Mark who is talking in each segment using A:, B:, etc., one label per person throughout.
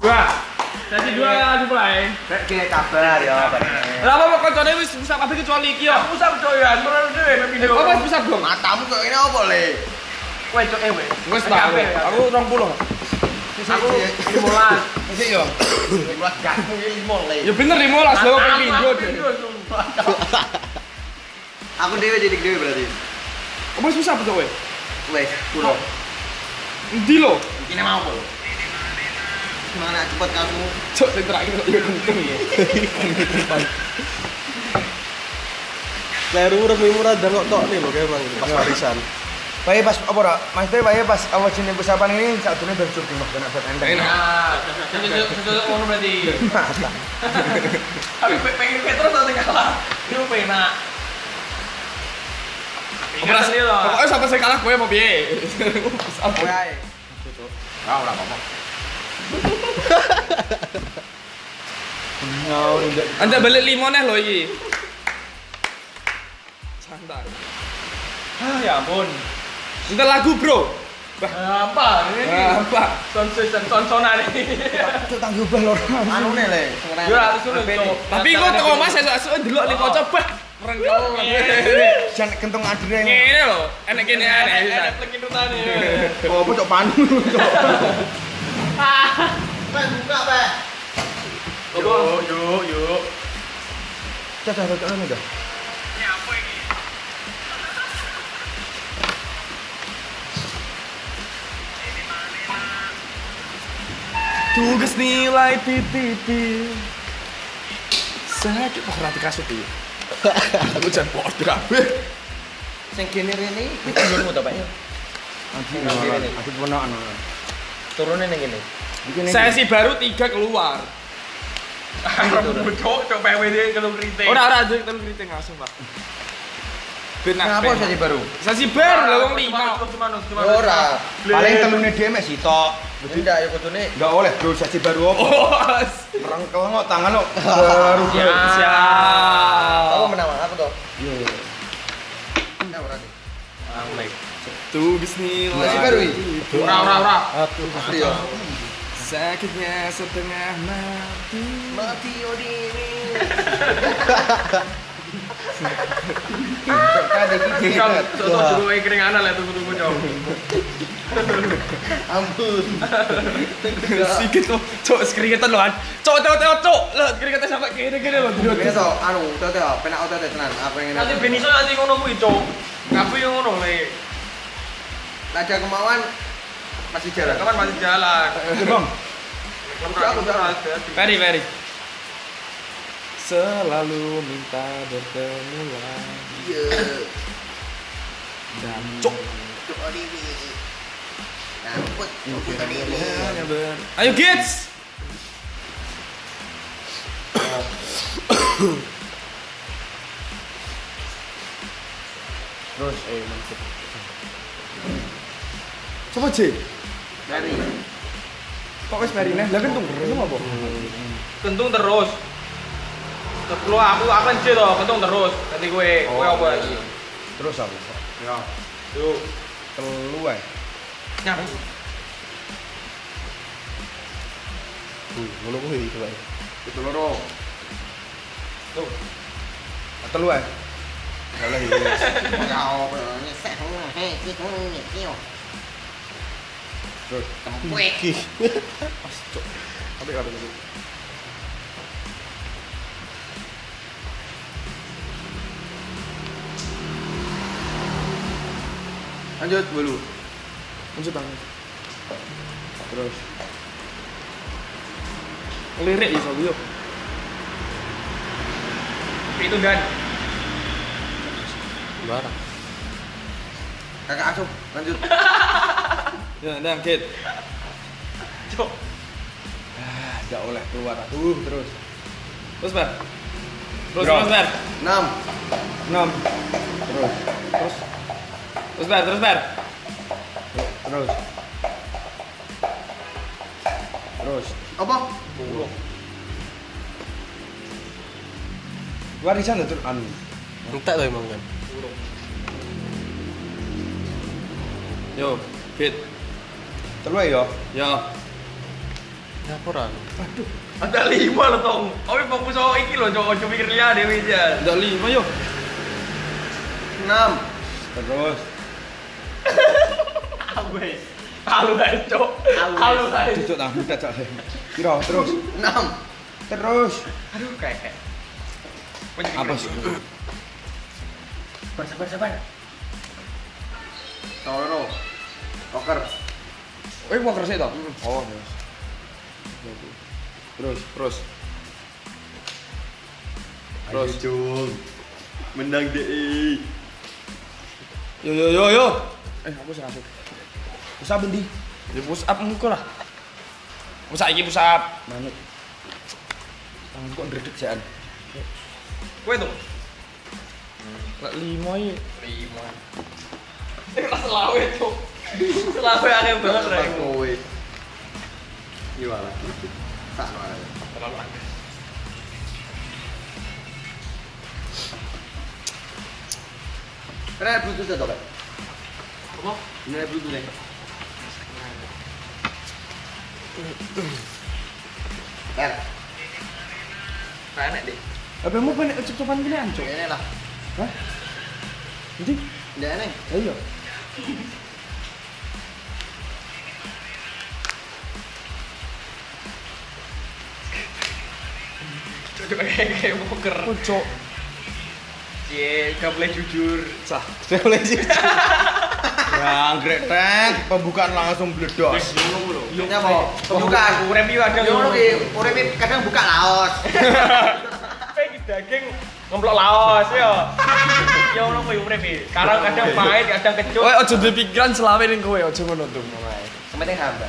A: dua. Dadi dua anu, dimulai.
B: Rek piye kabar ya bareng.
A: Lah apa koncone wis bisa kabeh kecuali iki yo. Aku sak doyan, ora dhewe mek pindho. Apa wis bisa belum?
B: Matamu kok ini apa le?
C: Kowe cok ewe.
A: Wis tak. Aku 20.
C: Aku
B: Iya,
C: limolas.
B: Sik yo. Mulas gaku iki limo le.
A: Ya bener 15 lho ping pindho.
B: Aku dhewe jadi dhewe berarti.
A: Apa wis bisa betul kowe?
B: Wes, kulo.
A: Endi lho?
B: Ini mau apa? Gimana cepet kamu?
A: Cok sing terakhir kok yo untung ya.
D: Leru remi murah dan kok tok nih lho kayak
B: gitu.
D: bang pas warisan.
E: Bayi pas apa ora? Mas Teh bayi pas awal jenis persiapan ini saat dulu berjudi mah kena berendang.
A: Enak.
C: Nah, sesuatu ngono berarti. Tapi pe- pengen Petrus atau kalah? Ini mau penak.
A: Ora
C: Penas
A: sih
C: lho.
A: Pokoknya sampai saya kalah kowe mau piye?
E: Kowe ae.
A: Ah ora apa-apa.
E: Ngau ndak.
A: Anda balik limo neh lho iki. Santai.
C: Ah, ya ampun.
A: Entar lagu, Bro.
C: Gampang ini.
A: Wah, Apa?
C: Sonsus dan sonsonan ini.
E: Itu tanggung balor.
B: Anu ne le.
C: Yo aku suruh cok.
A: Tapi kok teko Mas esuk-esuk delok liko coba merengkel.
E: Jan kentung adire.
A: Ngene lho, enek kene enek bisa.
C: Ada pengintutane.
E: Apa cok panu cok.
B: Pak buka, Pak.
C: Yuk, yuk, yuk.
E: Cok dah cok ngono dah.
A: Tugas nilai pipi-pipi. Sakit kok rati kasut iki. Aku jan podo kabeh.
B: Sing kene rene iki turunmu to, Pak. ya?
E: Aku ponokan.
B: Turune ning kene.
A: Sesi baru 3 keluar.
C: Aku cok cok PW dia kalau kritik. Ah,
A: Ora ora aja kita kritik langsung, Pak. Benar.
B: Kenapa jadi baru?
A: Sesi baru lho wong limo.
C: Cuma nus, cuma nus.
B: Ora.
E: Paling telune dhewe mek sitok.
B: Tidak, ya kudune
E: Enggak oleh bro saji baru apa.
A: Oh,
E: Merengkel ngok tangan kok. Baru.
B: Apa Nah,
A: siap.
B: menang aku to?
A: Tugas nilai.
B: Masih baru iki.
C: Ora ora ora.
B: Pasti ya.
A: Sakitnya setengah mati.
B: Mati oh, odini.
E: Kade iki.
C: Cok cok dulu kayak kering anak lah tunggu tunggu cok.
B: Ampun.
A: Sikit tuh, cok keringetan loh an. Cok teo teo cok, lo keringetan sampai kiri kiri loh.
B: Ini to, anu, tete, penak otete tenan. Aku yang
C: Nanti
B: ngene.
C: Beniso nanti ngono kuwi cok. Kabeh yang ngono le.
B: Ada kemauan masih jalan.
C: Kapan masih jalan?
E: Bang.
C: Aku jalan.
A: Very very. Selalu minta bertemu lagi.
B: Iya.
A: Dan cok.
B: Cuk oh, odini. Namput, namput odini.
A: hanya ber- Ya, Ayo kids.
E: Terus eh mantep. Coba J.
B: Dari.
E: Kok wis marine? Lah kan kentung terus apa?
C: Kentung terus. Sepuluh aku aku kan C to, kentung terus. Nanti kowe kowe apa lagi?
E: Terus aku.
B: Ya.
C: Yuk.
E: Telu
A: eh.
E: ae.
C: Nyam.
E: Ngono kuwi coba.
B: Itu loro.
E: Telu
A: eh.
E: ae. Enggak lah ya.
B: Kau nyesek. Hei, kita nyesek.
E: Terus.
B: Tempuek.
E: Tapi karo dulu.
B: Lanjut dulu.
A: Lanjut tangan.
E: Terus.
A: Lirik iso yo.
C: Itu dan
E: Barang.
B: Kakak asuh. Lanjut.
A: Ya, dan kid.
C: cok.
E: Ah, enggak oleh keluar aku terus.
A: Terus ber. Terus
E: Bro.
A: terus ber.
B: 6.
E: 6. Terus. Terus.
A: Terus ber, terus ber.
E: Terus. Terus.
B: Apa?
E: Warisan itu anu. Entek to emang kan.
A: Yo, kid.
E: Telu ae yo.
A: Yo.
D: Singapura.
C: Ada lima loh tong. Kau ini fokus sama iki loh, jangan cuma mikir lihat deh Wijan.
A: Ndak lima yo.
B: enam
E: Terus.
C: Halu aja, cok. Halu aja.
E: Cucuk tahu kita cok. Kira terus.
B: enam
E: Terus.
C: Aduh, kayak.
E: Apa sih?
C: Sabar, sabar.
B: toro poker
E: Eh, mau kerja toh? Oh,
A: iya.
E: terus. Terus, terus.
B: terus cung menang DI
A: Yo yo yo yo.
E: Eh, aku sih ngasih. Usah bendi.
A: Ya push up muka lah. Push up iki push up.
E: Manut. Tangan kok ndredeg jaan.
C: Kue tuh.
A: Lek lima iki.
C: Lima. Ini kelas selawe cok. Selawe aneh banget
B: Apa
C: Ray.
B: kowe gimana Iya, tak marah
C: Terlalu aneh.
B: Kenapa bluetooth atau apa?
C: Apa?
B: Ini bluetooth ya? nih. Ter,
C: Kayak enak deh.
A: Apa mau panik cep-cepan gini anco?
B: ini lah.
A: Hah? Jadi,
B: Ini aneh.
A: ayo.
C: Cocok kayak kayak poker.
A: Cocok.
C: Cie, Iya, gak boleh jujur.
A: Sah.
E: Saya boleh sih. Ya, anggrek tek, pembukaan langsung bledos.
A: Iya,
C: Iya,
B: Ini apa? Pembukaan.
C: Bukan, review ada.
B: Yo ngono ki, urip kadang buka laos.
C: Kayak daging ngemplok laos yo. Yo ono kowe urip iki.
A: Iya,
C: Kadang kadang pahit, kadang kecut.
A: Kowe aja duwe pikiran selama ning kowe aja ngono tuh.
B: Sementing hamba.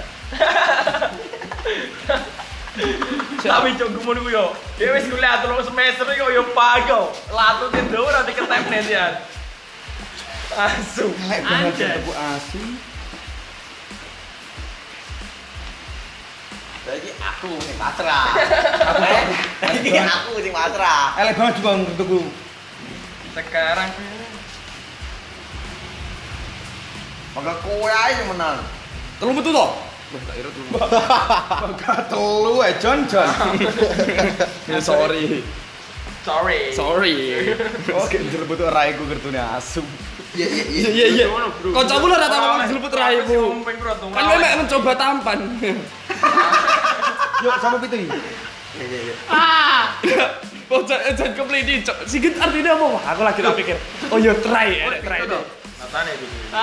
C: Tapi cok gumun ku yo. Dia wis kuliah telung semester iki kok yo pago. Latute ndro ora diketep nesian. Asu.
E: Elek banget
C: ya. Anjay.
E: tepuk asin.
B: Jadi aku sing pasrah. Eh, Jadi aku sing pasrah.
E: Elek banget juga untukku.
C: Sekarang
B: Maka kowe ae yang menang.
A: Telu metu to?
E: Telu eh John John.
A: Ya sorry.
C: sorry.
A: Sorry.
E: Oke, jelebut rai ku kertune asu.
B: Iya iya iya.
A: Iya iya iya. Kancamu lah rata ngomong jelebut raimu.
C: Kumping bro tuh.
A: Kan kowe mek mencoba tampan.
E: Yuk, sama pitu iki.
B: Iya iya iya.
A: Oh, jangan jangan komplain cok. Sigit artinya apa? Wah, aku lagi tak pikir. Oh, yo try, eh, try. Ah.
C: Try dong. Matane iki.
A: Iya.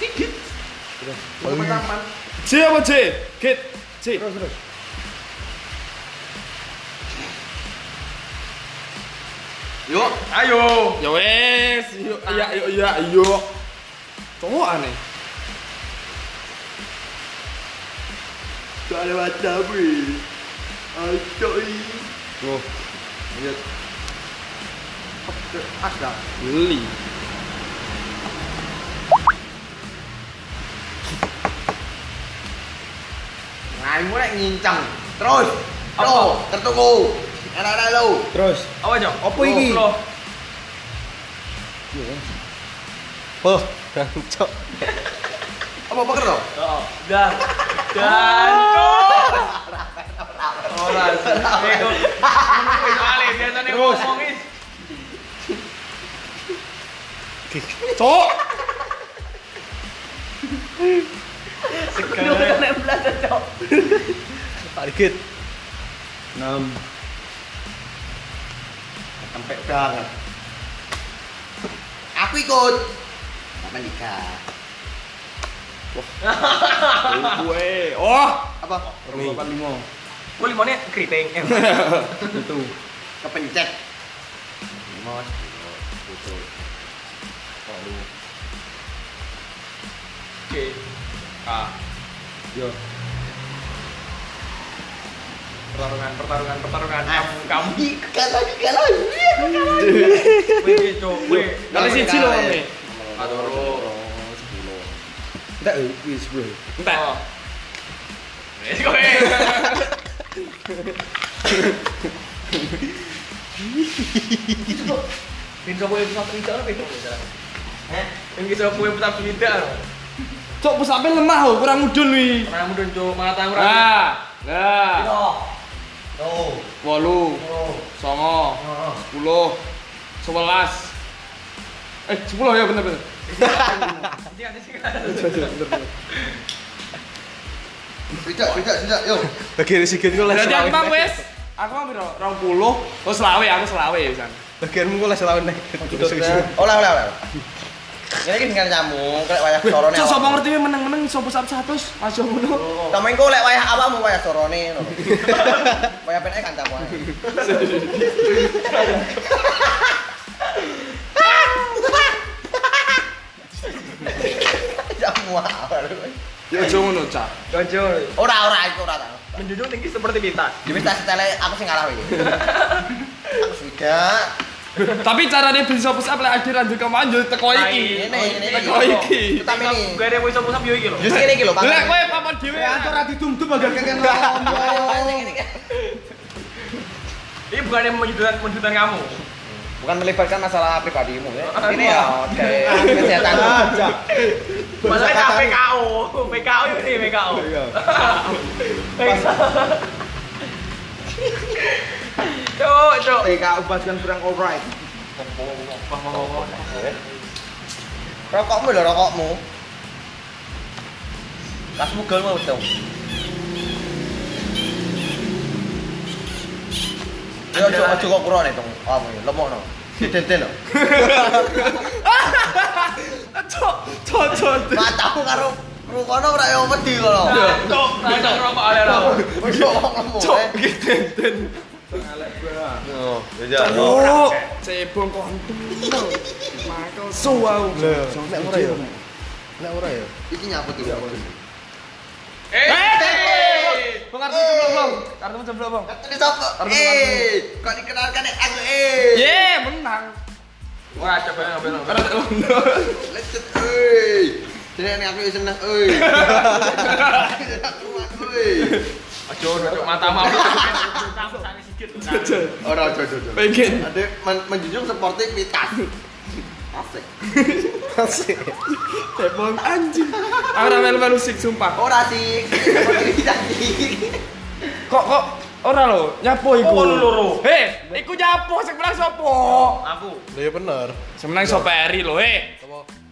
B: Itu pertama.
A: J apa J? Git. J.
E: Terus terus.
B: Yuk,
C: Ayo.
A: Ya wes, yo ya yo ya yo. Cowok aneh.
B: tak lewat tapi. Aduh.
E: Tuh,
B: Iya. Pas dah.
A: Geli.
B: Ngaimu rek Nah, ngincang. Terus. Lo, tertuku. Enak-enak lo.
E: terus.
C: Apa cok?
E: Apa iki?
C: Loh,
D: Oh, gancok.
B: Apa poker lo?
C: loh. Dah. Dan cok. Ora sih. Eh, Iku. Iku soalnya biasanya ngomong is.
A: Cok.
C: Sekarang.
D: Target.
E: 6.
B: Sampai banget. Aku ikut. Sama nikah.
A: Gue. Oh.
B: Apa?
E: Nih. 85.
C: Gue limonnya keriting. Eh,
E: Itu.
B: Kepencet. Limon.
C: Oke.
E: Yo.
C: Pertarungan, pertarungan, pertarungan.
B: Ah.
C: Kamu, kamu.
B: Nikah lagi gak lagi.
C: Wih, cok. Wih.
A: Kali siji loh ini.
C: Aduh.
E: Entar eh wis bro.
C: Oh.
A: Entar.
C: Wih, kowe. Pintu kowe bisa pindah, pintu.
B: Hah?
C: Yang bisa kowe putar pindah.
A: Cok pusapnya lemah oh, kurang mudun wi.
C: Pernah mudun cuk, mata murah.
A: Nah, nah.
C: Piro?
B: Oh,
A: Walu,
B: oh,
A: songo,
B: oh.
A: sepuluh, sebelas. Eh sepuluh ya bener bener.
C: Nanti nanti sih kan.
B: Tidak, tidak, tidak, yo.
D: Bagi resigen ku les
A: Berarti aku
D: selawe
A: mah
D: nek.
A: wes. Aku mah piro? Rong puluh. Oh selawe, aku selawe ya san.
D: Bagianmu ku les selawe nek.
B: Oleh, oleh, oleh. Ini kan dengan nyamuk, kayak wayah sorone.
A: Cok
B: awakmu.
A: sopo ngerti wi meneng meneng sopo sap satu, masuk ngono.
B: Tambahin kau lek wayah apa mau wayah sorone no. Wayah penek kan tamu ae. Jamu awal.
A: Ya ojo ngono cak.
C: Cocok.
B: Ora ora iku ora tak.
C: Menjunjung tinggi seperti bintang.
B: Demi tak setele aku sing ngalah iki. Aku sudah.
A: Tapi caranya beli sopo sap lek ade randu kemanjut teko Oh, iki.
B: Ini ini
A: Teko
B: ini.
A: iki.
B: Utama ini.
C: Gue ada yang bisa pusap yo iki lho.
B: Jus ini E. iki lho, Pak.
A: Nah, iya. Lek kowe papan dhewe atur ati
C: Ini bukan yang menjudutan menjudutan kamu.
B: Bukan melibatkan masalah pribadimu ya. Ini ya kayak kesehatan.
A: ya,
C: Masalahnya kan PKO, PKO ini PKO. Cuk, cuk.
E: TKU pasukan kurang alright.
B: Rokokmu lho rokokmu. Pas mugel mau dong. Yo ojo ojo kok kurone dong. Kamu ya lemokno. Didenten lho.
A: Cok, cok, cok.
B: Matamu karo rukono ora yo wedi kono.
C: Cuk, cuk, rokok oleh rokok.
B: Ojo kok lemok.
A: Cok,
B: eh.
A: gitu. Den.
C: Ora,
A: Oh, cebong kontu. Makel suwau.
D: Nek ora ya. Nek ora ya.
B: Iki nyaput iki.
A: Eh, Bang Arto jeblok, Bang. Kartu jeblok, Bang.
B: Ketene sapa? Eh, kok dikenalkan nek aku eh.
A: Ye, menang.
C: Wah, coba ngambil ngambil.
A: Karena
B: Lecet eh. Jadi nek aku yo seneng eh. Aku eh.
C: Ajo, cuk, mata mau. Tamu sana sikit.
B: Ora ojo ojo. ojo.
A: pengen.
B: Ade men- menjunjung sportivitas. Asik.
D: Masih.
A: Cebong anjing. Aku ora melu-melu sik sumpah.
B: Ora sih. Sportivitas sih.
A: Kok kok ora lho, nyapo iku.
C: Oh, lu loro.
A: Heh, iku nyapo sing menang sapa?
C: Aku.
D: Lah ya bener.
A: Sing menang sapa eri lho, heh.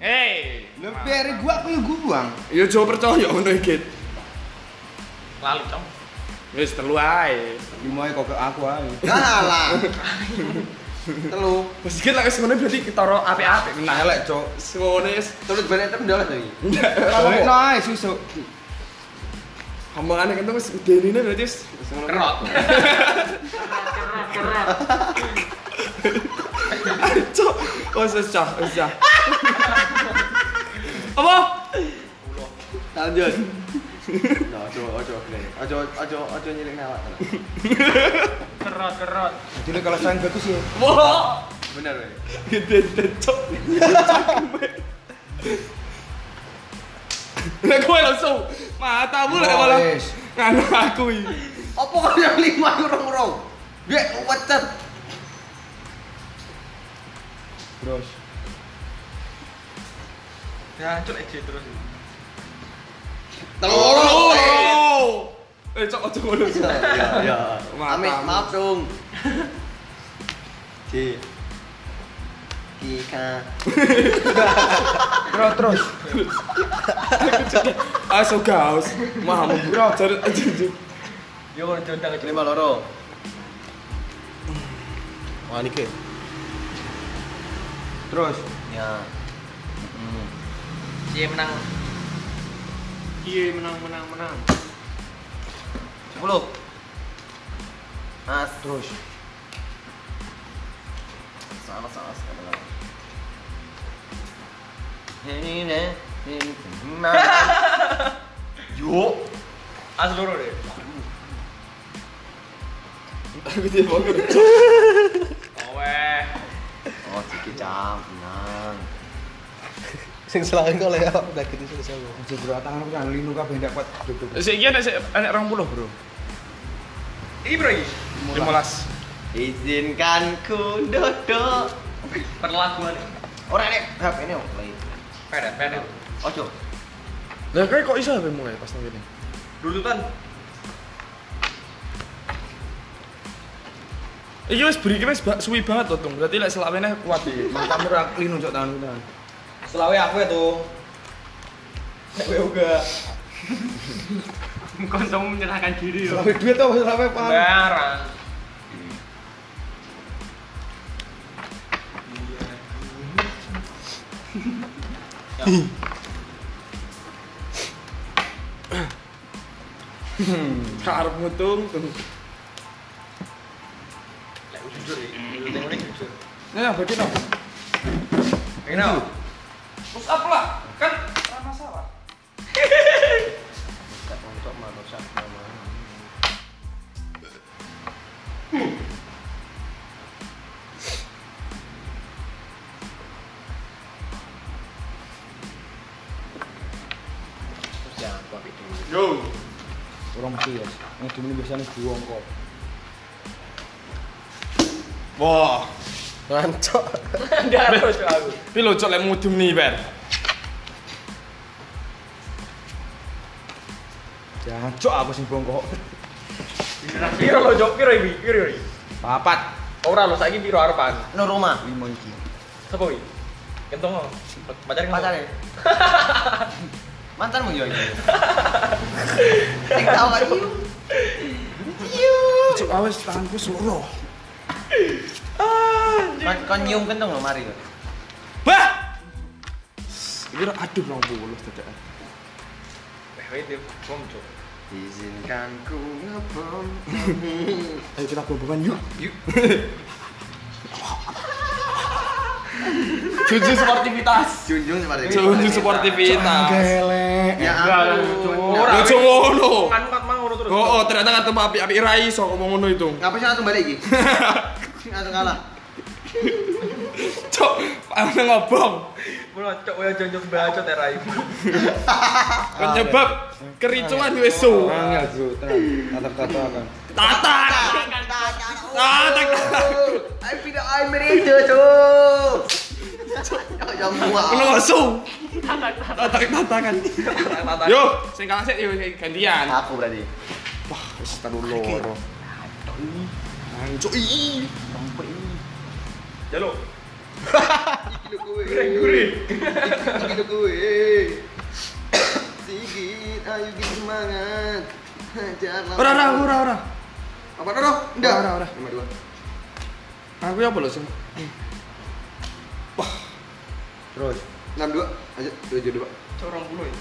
A: Hei.
E: Lu biarin gua aku yang gua buang.
A: Yo jo percaya ngono iki.
C: Lalu, cok.
A: Wis telu ae.
E: Gimana kok ke aku aja.
B: Kalah. Telu.
A: Wis iki lek wis ngono berarti ketara apik-apik menang.
E: Elek cok.
A: Semono wis.
B: Terus benar itu mendalam lagi.
E: Balik naik susu.
A: Omongannya kan tuh wis udenine berarti wis wis ngono.
C: Kerot.
A: Cok, wis wis cah, wis cah. Apa?
B: Lanjut. Nah, ojo ojo gini. Ojo ojo ojo nyilik awak.
C: Kerot, kerot.
E: Jadi kalau sayang bagus ya.
A: Wah,
B: Bener weh.
A: gede gede cok. Lah kowe langsung matamu lek malah
E: Wes.
A: nganu aku iki.
B: Apa kok yang lima ngurung-ngurung? Gue wecet.
E: Terus.
C: Ya, cuk, eje terus.
B: Telu.
A: Oh.
B: eh.
A: Eh cok ojo ngono.
B: Ya ya. Amit,
A: Matamu.
B: maaf dong. Ki. Ki ka.
E: Terus terus.
A: Aso Ah, gaus. Mah mau bro jar anjing.
C: Yo, jontang aja.
B: Lima loro.
D: Wah niki.
E: Terus.
B: Ya.
C: Cie menang.
A: Iya menang menang menang.
B: Sepuluh. As.
E: Terus.
B: Salah salah salah. Ini nih. Ini. Nah. Yuk.
C: As loro deh.
A: Aku tidak mau kerja.
C: Weh.
B: Oh, sikit jam. Nah.
D: Sing selawe kok gitu, lek awak lagi disuruh selawe.
E: Jadi berat tangan aku jangan linu kabeh ndak kuat. Duk, duk, duk.
A: Sik iki nek nek 20, Bro.
C: Ini bro, ini.
A: 15.
B: Izinkan ku duduk.
C: perlakuan.
B: Orang nek, hap ini mau play.
C: Pedet, pedet.
B: Ojo.
A: Lah kowe kok iso HP mulai pas nang kene?
C: Dulu kan
A: Iki wis beriki wis ba- suwi banget to, Tung. Berarti lek selawene kuat iki.
E: Matamu rak linu cok tangan kita.
C: selawe aku ya tuh. Aku juga.
A: Kancamu menyerahkan diri
E: Tapi duit tau sampe paham.
C: Barang.
A: Karep ngutung.
C: Lek jujur ya. Tengok ini jujur.
A: Nah, bagi no.
C: Kenapa? Push up lah, kan ra masalah. Yo,
E: Orang mesti ya. Yang dulu biasanya dua kok.
A: Wah,
D: Rancok.
C: ada harus aku.
A: iki lho cok lek mudum nih, Ber.
E: Jangan cok aku sing bongkok.
C: Piro lo jok piro iki? Piro iki?
E: Papat.
C: Ora lo saiki piro arepan?
B: No rumah.
E: Limo iki.
C: Sapa iki? Kentong. lo. Pacar kentong.
B: Pacarnya. Mantanmu yo iki. Sing tau kan iyo.
A: Cok ah, awes tanganku suruh.
B: Kon- Kon nyium kentong lo mari. kok.
A: Bah! Iki ora aduh 20 dadak.
C: Eh, wait, dia bom cok.
B: Izinkan ku ngebom.
A: Ayo kita bobokan yuk.
C: Yuk.
A: Jujur sportivitas.
B: Junjung seperti Ya itu.
A: Jujur sportivitas.
E: Gelek.
B: Ya ampun.
A: Yo cok ngono.
C: Kan mat mau ngono terus.
A: Oh, oh, ternyata ngantem api-api rai sok ngomong ngono itu.
B: Ngapa sih langsung balik iki? Langsung kalah.
A: Cok, ana ngobong.
C: Mula cok koyo jonjong bacot ya Rai.
A: Penyebab kericuan wis su.
E: Angel bro, tenang.
D: Nah,
E: Kata-kata kan.
A: Tatak. Tatak.
B: I feel the I'm ready tuh. Yang muak.
A: Ngono su. Tatak tatakan. Yo, sing kalah sik yo gantian.
B: Aku berarti.
A: Wis taruh loro. Cok i.
C: Jalo.
B: Gila kowe.
C: Gurih.
B: Gila kowe. Sigit, ayo kita semangat. Hajar lawan.
A: Ora ora ora ora.
B: Apa Roro? Enggak.
A: Ora, ora.
B: Nomor dua.
A: Aku ya apa lho sing?
E: Terus.
B: Enam dua. Aja tujuh dua.
C: Cok orang bulu ya.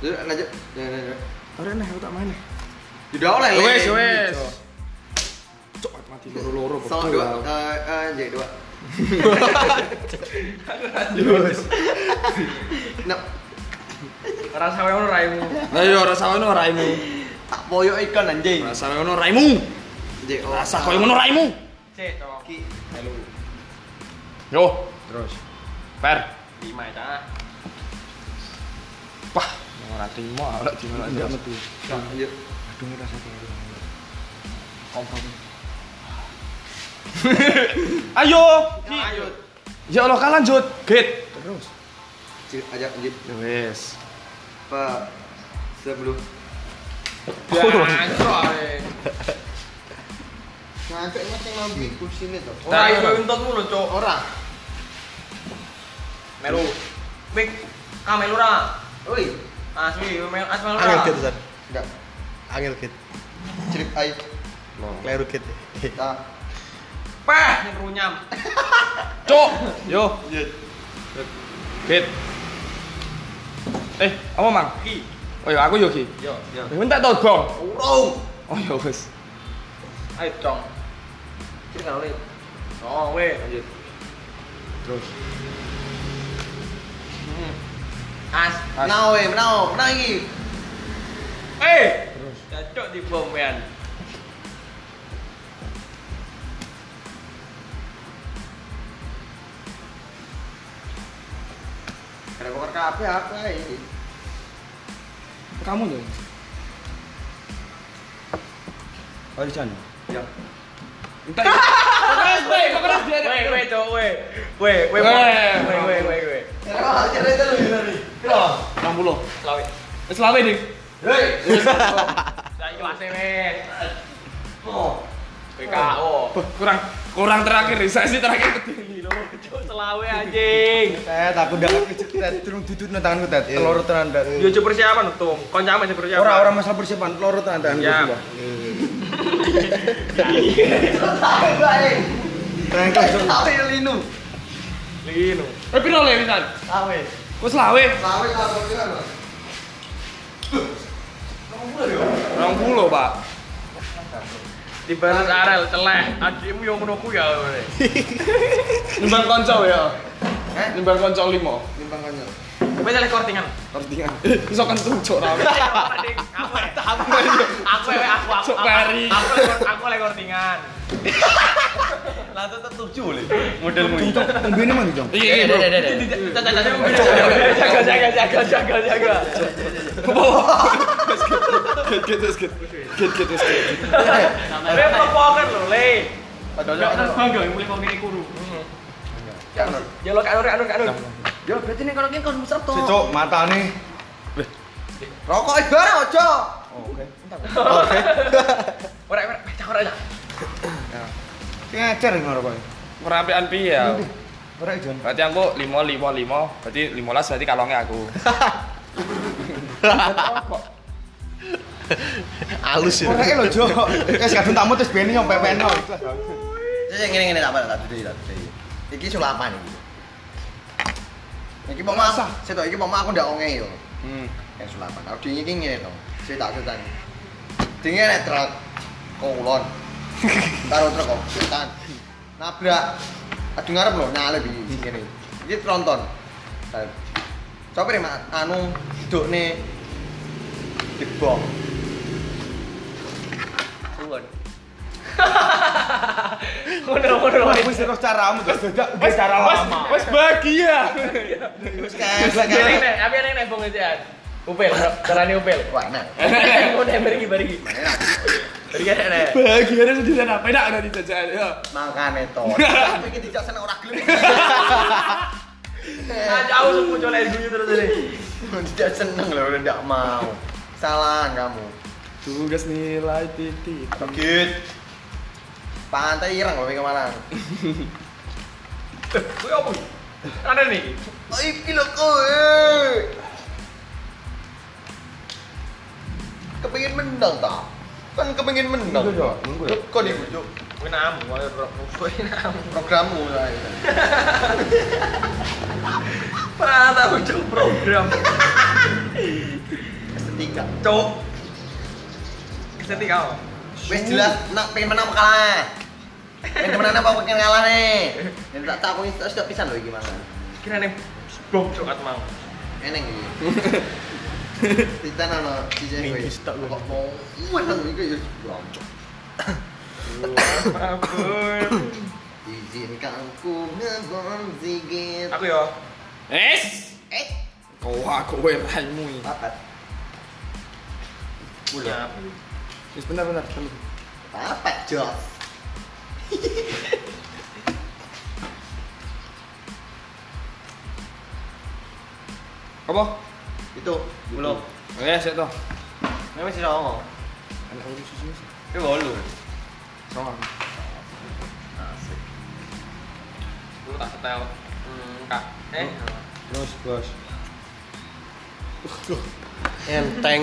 B: Tujuh, lanjut. Jangan, jangan, jangan.
A: Ora nah aku tak main.
B: Tidak oleh. eh. Le.
A: Eh, Wes wes. Cok mati loro-loro.
B: Salah dua. Eh, eh, jadi dua. Nah,
C: Ora sawe ngono raimu.
A: Ayo ora sawono raimu.
B: tak boyok ikan anjing.
A: Ora sawono raimu.
B: Jadi, oh.
A: Rasa koyo ngono raimu.
C: Cek cok.
B: Ki.
C: Halo.
A: Yo,
E: Terus.
A: per.
C: Lima ya cah.
A: Wah, ora trimo ora gimana aja metu.
B: Nah, lanjut.
A: Ayo. Ki.
C: Lanjut.
A: Ya Allah, kan lanjut. Git.
E: Terus.
B: Cik, ajak anjing.
A: Wes.
B: Pak. Sebelum.
C: Dạ, Jancok. eh.
B: Ngantuk emang sing mampu kursinya tuh.
C: Ora iku untutmu lho cok.
B: Orang.
C: Melu. Mik. Ah melu ra. À,
B: Oi.
C: Asli melu asli melu
D: Angel
C: ra.
D: kit, Ustaz.
B: Enggak.
D: Angel kit.
B: Cerip ai.
D: Kleru kit.
B: Tak.
C: Peh yang runyam.
A: Cok. Yo. Git. Eh, apa mang?
C: Ki.
A: Oh ya, aku yo ki.
C: Yo yo.
A: Minta tau bong.
B: Urung.
A: Oh ya wes.
C: Ayo cong. Cek kan oleh. Oh weh lanjut.
E: Terus.
C: Hmm. As.
B: Menau eh, menau. Menau iki.
C: Eh. Jancok di bom wean.
B: Kada bongkar kabeh aku ae.
A: Kamu lho. Oh, iya,
E: Ayo Jan.
B: Ya.
A: Minta. Keras, weh, keras dia.
C: Weh weh cok weh. Weh weh.
A: Weh.
C: Weh weh weh weh.
B: Kada Wah, cerita lu gila nih. Kira.
A: 60.
C: Selawe.
A: Wis lawe, Dik.
B: Hei.
C: Saiki wase wes.
B: Oh.
C: PKO.
A: Beh, Kurang kurang terakhir, Dik. saya sih terakhir peduli loh.
C: Cuk selawe anjing.
E: Tet, Eh, aku udah tet, turun duduk nang tanganku tet.
D: Iya.
E: Loro tenan tet.
C: Yo coba persiapan untung. Koncamu masih persiapan.
E: Ora ora masalah persiapan, loro tenan tanganku.
C: Ya.
E: sumpah.
B: Selesai bae.
E: Tenan kau, Cuk.
B: Selesai linu.
C: Lino.
A: Eh, piro le pisan?
B: Selesai.
A: Wis lawe.
B: Selesai kalau kira lu. Kamu pula yo.
A: 60, Pak.
C: Dibalas Arel celeh. Adikmu yo ngono ku ya. weh.
A: Nimbang konco ya.
B: Eh?
A: Nimbang konco 5.
B: Limpang konyol.
C: Kowe celeh kortingan.
A: Artinya. Iso kan kentut cok rawe.
C: Aku eh, aku aku eh, aku aku
A: Cuk peri.
C: aku aku lek kortingan. Lah tetep tujuh le.
D: Iya.
C: Modelmu. ini.
E: Tunggu ini mandi dong.
A: Iya, iya, Bro.
C: Jaga jaga jaga jaga jaga.
A: gitu, Get get this get. Get get this get.
C: Kowe pepokan lho, Le. Padahal
E: Nggak,
C: bangga mulai kok ngene kuru. Ya lo kanur kanur kanur. Ya berarti nih kalau kene kon musrep to.
E: Cuk, mata nih.
B: Rokok ibarat ojo.
D: Oh,
E: Oke.
C: Ora ora cak ora. Cak.
E: Ki ngajar ngono kok.
A: Merapian piye ya?
E: Ora ijon.
A: Berarti aku 5 5 5. Berarti 15 berarti kalongnya aku.
D: Halus ya.
E: Ora
B: eh,
E: ki lho, Cuk. Wis kadung tamu terus beni nyampe peno.
B: Terus yang ngene-ngene tak balik tak duduk tak duduk. Iki sulapan iki. Iki mau masa, setok iki mau aku ndak onge yo.
A: Hmm.
B: Yang sulapan. Aku dingin iki ngene to. Cetak cetak. Dingin nek truk kulon. Taruh truk kok cetan. Nabrak. Aduh ngarep lho nyalip iki ngene. Iki tronton. Nyalip. Sopir mak anu dudukne dibong. Suwon.
C: Ngono ngono.
E: Aku sih kok caramu terus dadak udah cara lama.
A: Wes bahagia.
B: Wis kae, wis
C: Tapi
B: kae.
C: nek tapi nek nek bong aja. Upel, carane upel.
B: Wah, enak.
C: Ngono beri beri.
B: Enak.
C: Beri nek nek.
A: Bahagia sendirian apa enak ada di jajan ya.
B: Makane to. Tapi iki dijak seneng ora gelem.
C: Nah, jauh semua colek guyu terus ini.
B: Tidak seneng loh, udah tidak mau. Salah kamu.
A: Tugas nilai titik.
B: Sakit. Pantai ireng loh, kemana?
C: Kuwi opo? Ada nih.
B: Oh, iki lho kowe. Kepengin menang ta? Kan kepengin menang.
E: Minggu, Cuk. Minggu, ya?
B: Kok nih, Cuk?
C: Kuwi namu, kuwi namu.
B: Programmu saya.
C: Pernah tahu cuk program.
B: Ketiga.
C: Cuk. Kesini kau.
B: Wis jelas nak pengen menang apa kalah. Pengen menang apa pengen kalah nih? Yang tak tahu aku sudah pisan loh gimana.
C: Kira nih blok cuk at mau.
B: Eneng iki. Kita nang DJ kowe. Kok mau menang iki ya bloncok.
C: Ampun.
B: Izinkan ku ngonzigit
C: Aku yo.
A: Es.
B: Eh,
A: Kau aku raimu.
B: papat
C: Punya.
E: Wis bener bener.
B: Papat, Jos
A: Apa?
B: Itu, belum
A: Ya, sik to.
B: Memang sih sama Itu bolu
A: Soang.
B: Asik
C: Lu tak setel. Hmm, kak. Eh.
E: Terus, Bos.
D: Enteng.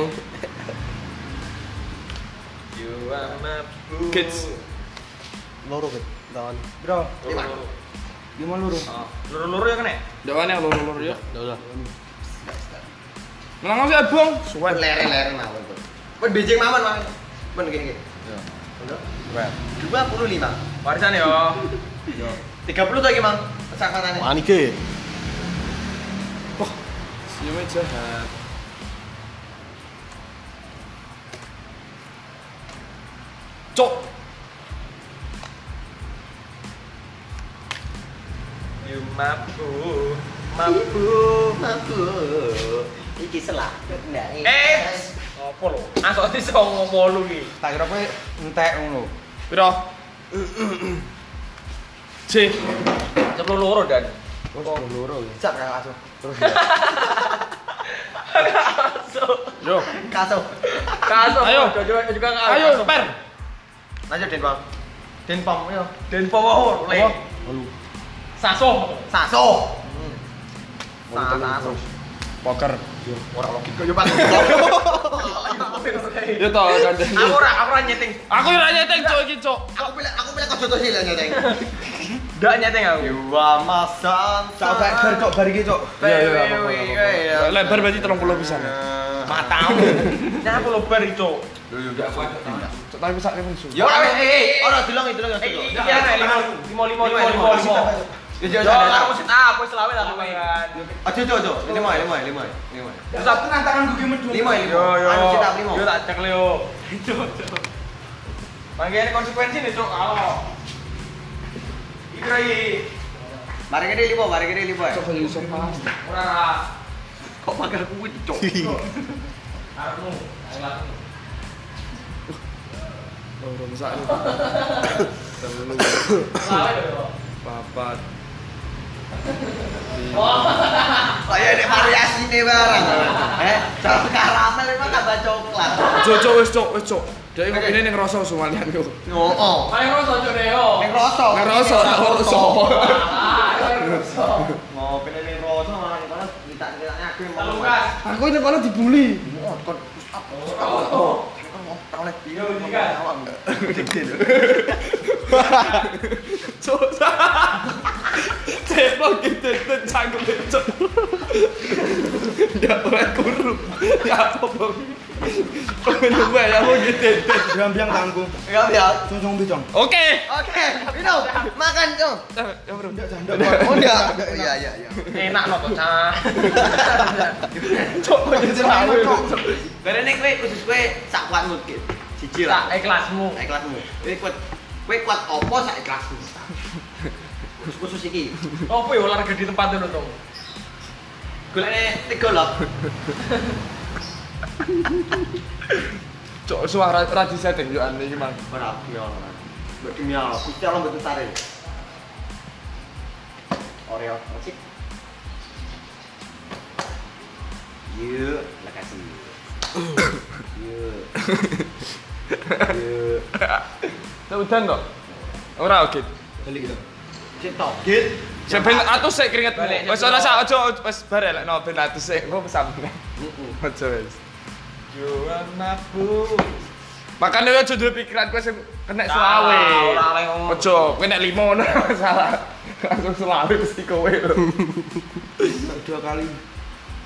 C: You are my boo.
A: Kids.
D: Loro kan. Lawan.
E: Bro,
B: Lima.
C: Loro-loro.
E: lima luru.
C: Oh, Loro-loro ya kene.
A: Jawane lur-lur ya.
D: Udah.
A: Menang sih, Bung.
B: Wan lere-lere mawon tuh Wan bijing mawon mawon Wan gini-gini
E: Wan.
B: 25
C: Warisan yo.
B: 30 tuh gimana? Sangkatannya
D: Wani ke.
A: Senyumnya jahat. Cok.
C: You my boo. My boo.
B: Mampu Iki selah Nggak, ini.
C: Eh. Apa lo? Asok di songo molu ki.
E: Tak kira kowe entek e ngono.
A: Piro? C.
C: Sebelum loro dan.
E: Terus oh. loro ya.
B: Siap kan langsung.
E: Terus ya.
C: Masuk.
A: Yo,
B: Kaso.
C: Kasut.
A: Ayo.
C: Juga juga nggak.
A: ayo per.
B: Lanjut Denpom. Denpom yo.
C: Dan power.
A: Apa? Saso.
B: Saso. Sa- Saso.
A: Poker.
B: Ora logik kok yo Pak.
A: Yo toh kan.
C: Aku ora aku ora nyeting.
A: Aku ora nyeting cok iki cok.
B: Aku pilih aku pilih kok jodoh sih lah nyateng.
C: Ndak nyeting aku.
B: Dua masan.
E: Cak bar bar kok bar iki, Cuk.
A: Iya, iya,
C: Wih,
A: apa-apa,
C: wih,
A: apa-apa.
C: wih, ya.
A: Lebar berarti 30 pisan.
C: Matamu. Nah aku lebar itu.
A: Cok tapi sak kene iso.
B: Yo, ora eh, eh, ora dilong dilong
C: Eh,
B: dilong.
C: iki ana lima lima lima lima lima lima.
B: Yo
C: Yo
B: yo
C: aku
B: yo.
C: sit ah, aku selawe aku kan.
B: Aduh, aduh, aduh. Lima, lima, lima, lima.
C: Terus aku
B: Lima, lima.
C: Yo yo.
B: Anu cetak lima.
C: Yo tak cek Leo. Mangkene konsekuensi nih, Cuk. Ayo. Iki rai
B: Mari kene lima, mari kene lima. ya.
C: ora
B: Kok mager kuwi, Cok.
C: arepmu.
A: Loro sak. Telu,
C: Selawe lho.
A: papat.
B: Kok ya ada variasi nih barang. Eh, cok karamel emang tambah coklat.
A: Cok cok wis cok wis cuk. Dek kok ini ning rasa sumalian yo.
B: Oh,
C: Paling ora cocok Leo.
B: Ning rasa.
A: Ning rasa, tak rasa.
B: Oh.
C: Ah, ora cocok.
B: Ngopi ning rasa malah ning kono ditak-ditaknya aku yang
C: Lalu
B: mau.
C: kan.
A: Aku ini kalau dibully.
B: Oh, kon push up. push up. Kon ngompol oleh
C: Yo, Dika.
A: Cok. Cepet gitu tuh canggung cok. Ya ora kuru. Ya apa bang? Pengen gue ya mau gitu.
E: Biang-biang tanggung.
B: Ya, ya.
E: Cung-cung tuh, Cung.
A: Oke.
B: Oke, Vino, makan dong.
A: Ya bro.
B: Oh, enggak. Oh, Iya, iya, iya.
C: Enak no Cuk. Nah.
A: Cok
B: Oh, iya,
A: pengen selalu.
B: Karena ini kue khusus kue sak kuatmu gitu. Cici
C: Tak
B: lah.
C: ikhlasmu.
B: Sak kelasmu. Kue kuat. Kue kuat opo sak kelasmu. Khusus khusus iki.
C: Apa ya olahraga di tempat itu tuh?
B: Golekne tiga lho.
A: Cok suara radio setting yo aneh iki mang.
B: Ora biar. Mbok demi Allah, ya, Gusti Allah mboten tarik. Oreo, asik. Yuk, makasih. Yuk. Yuk.
A: Tak udan kok. Ora oke.
B: Cetok. Git.
A: Saya ben atus sik keringet.
C: Balik,
A: Wis ora sak ojo wis bare lek no ben atus sik engko sambung.
B: Heeh.
A: Ojo wis.
C: Jualan mabuk.
A: Makane yo ya judul pikiran kowe sing kena selawe.
C: Ah, Ora oleh ngomong.
A: Ojo, kowe nek limo ngono salah. Langsung selawe mesti kowe lho.
E: Dua kali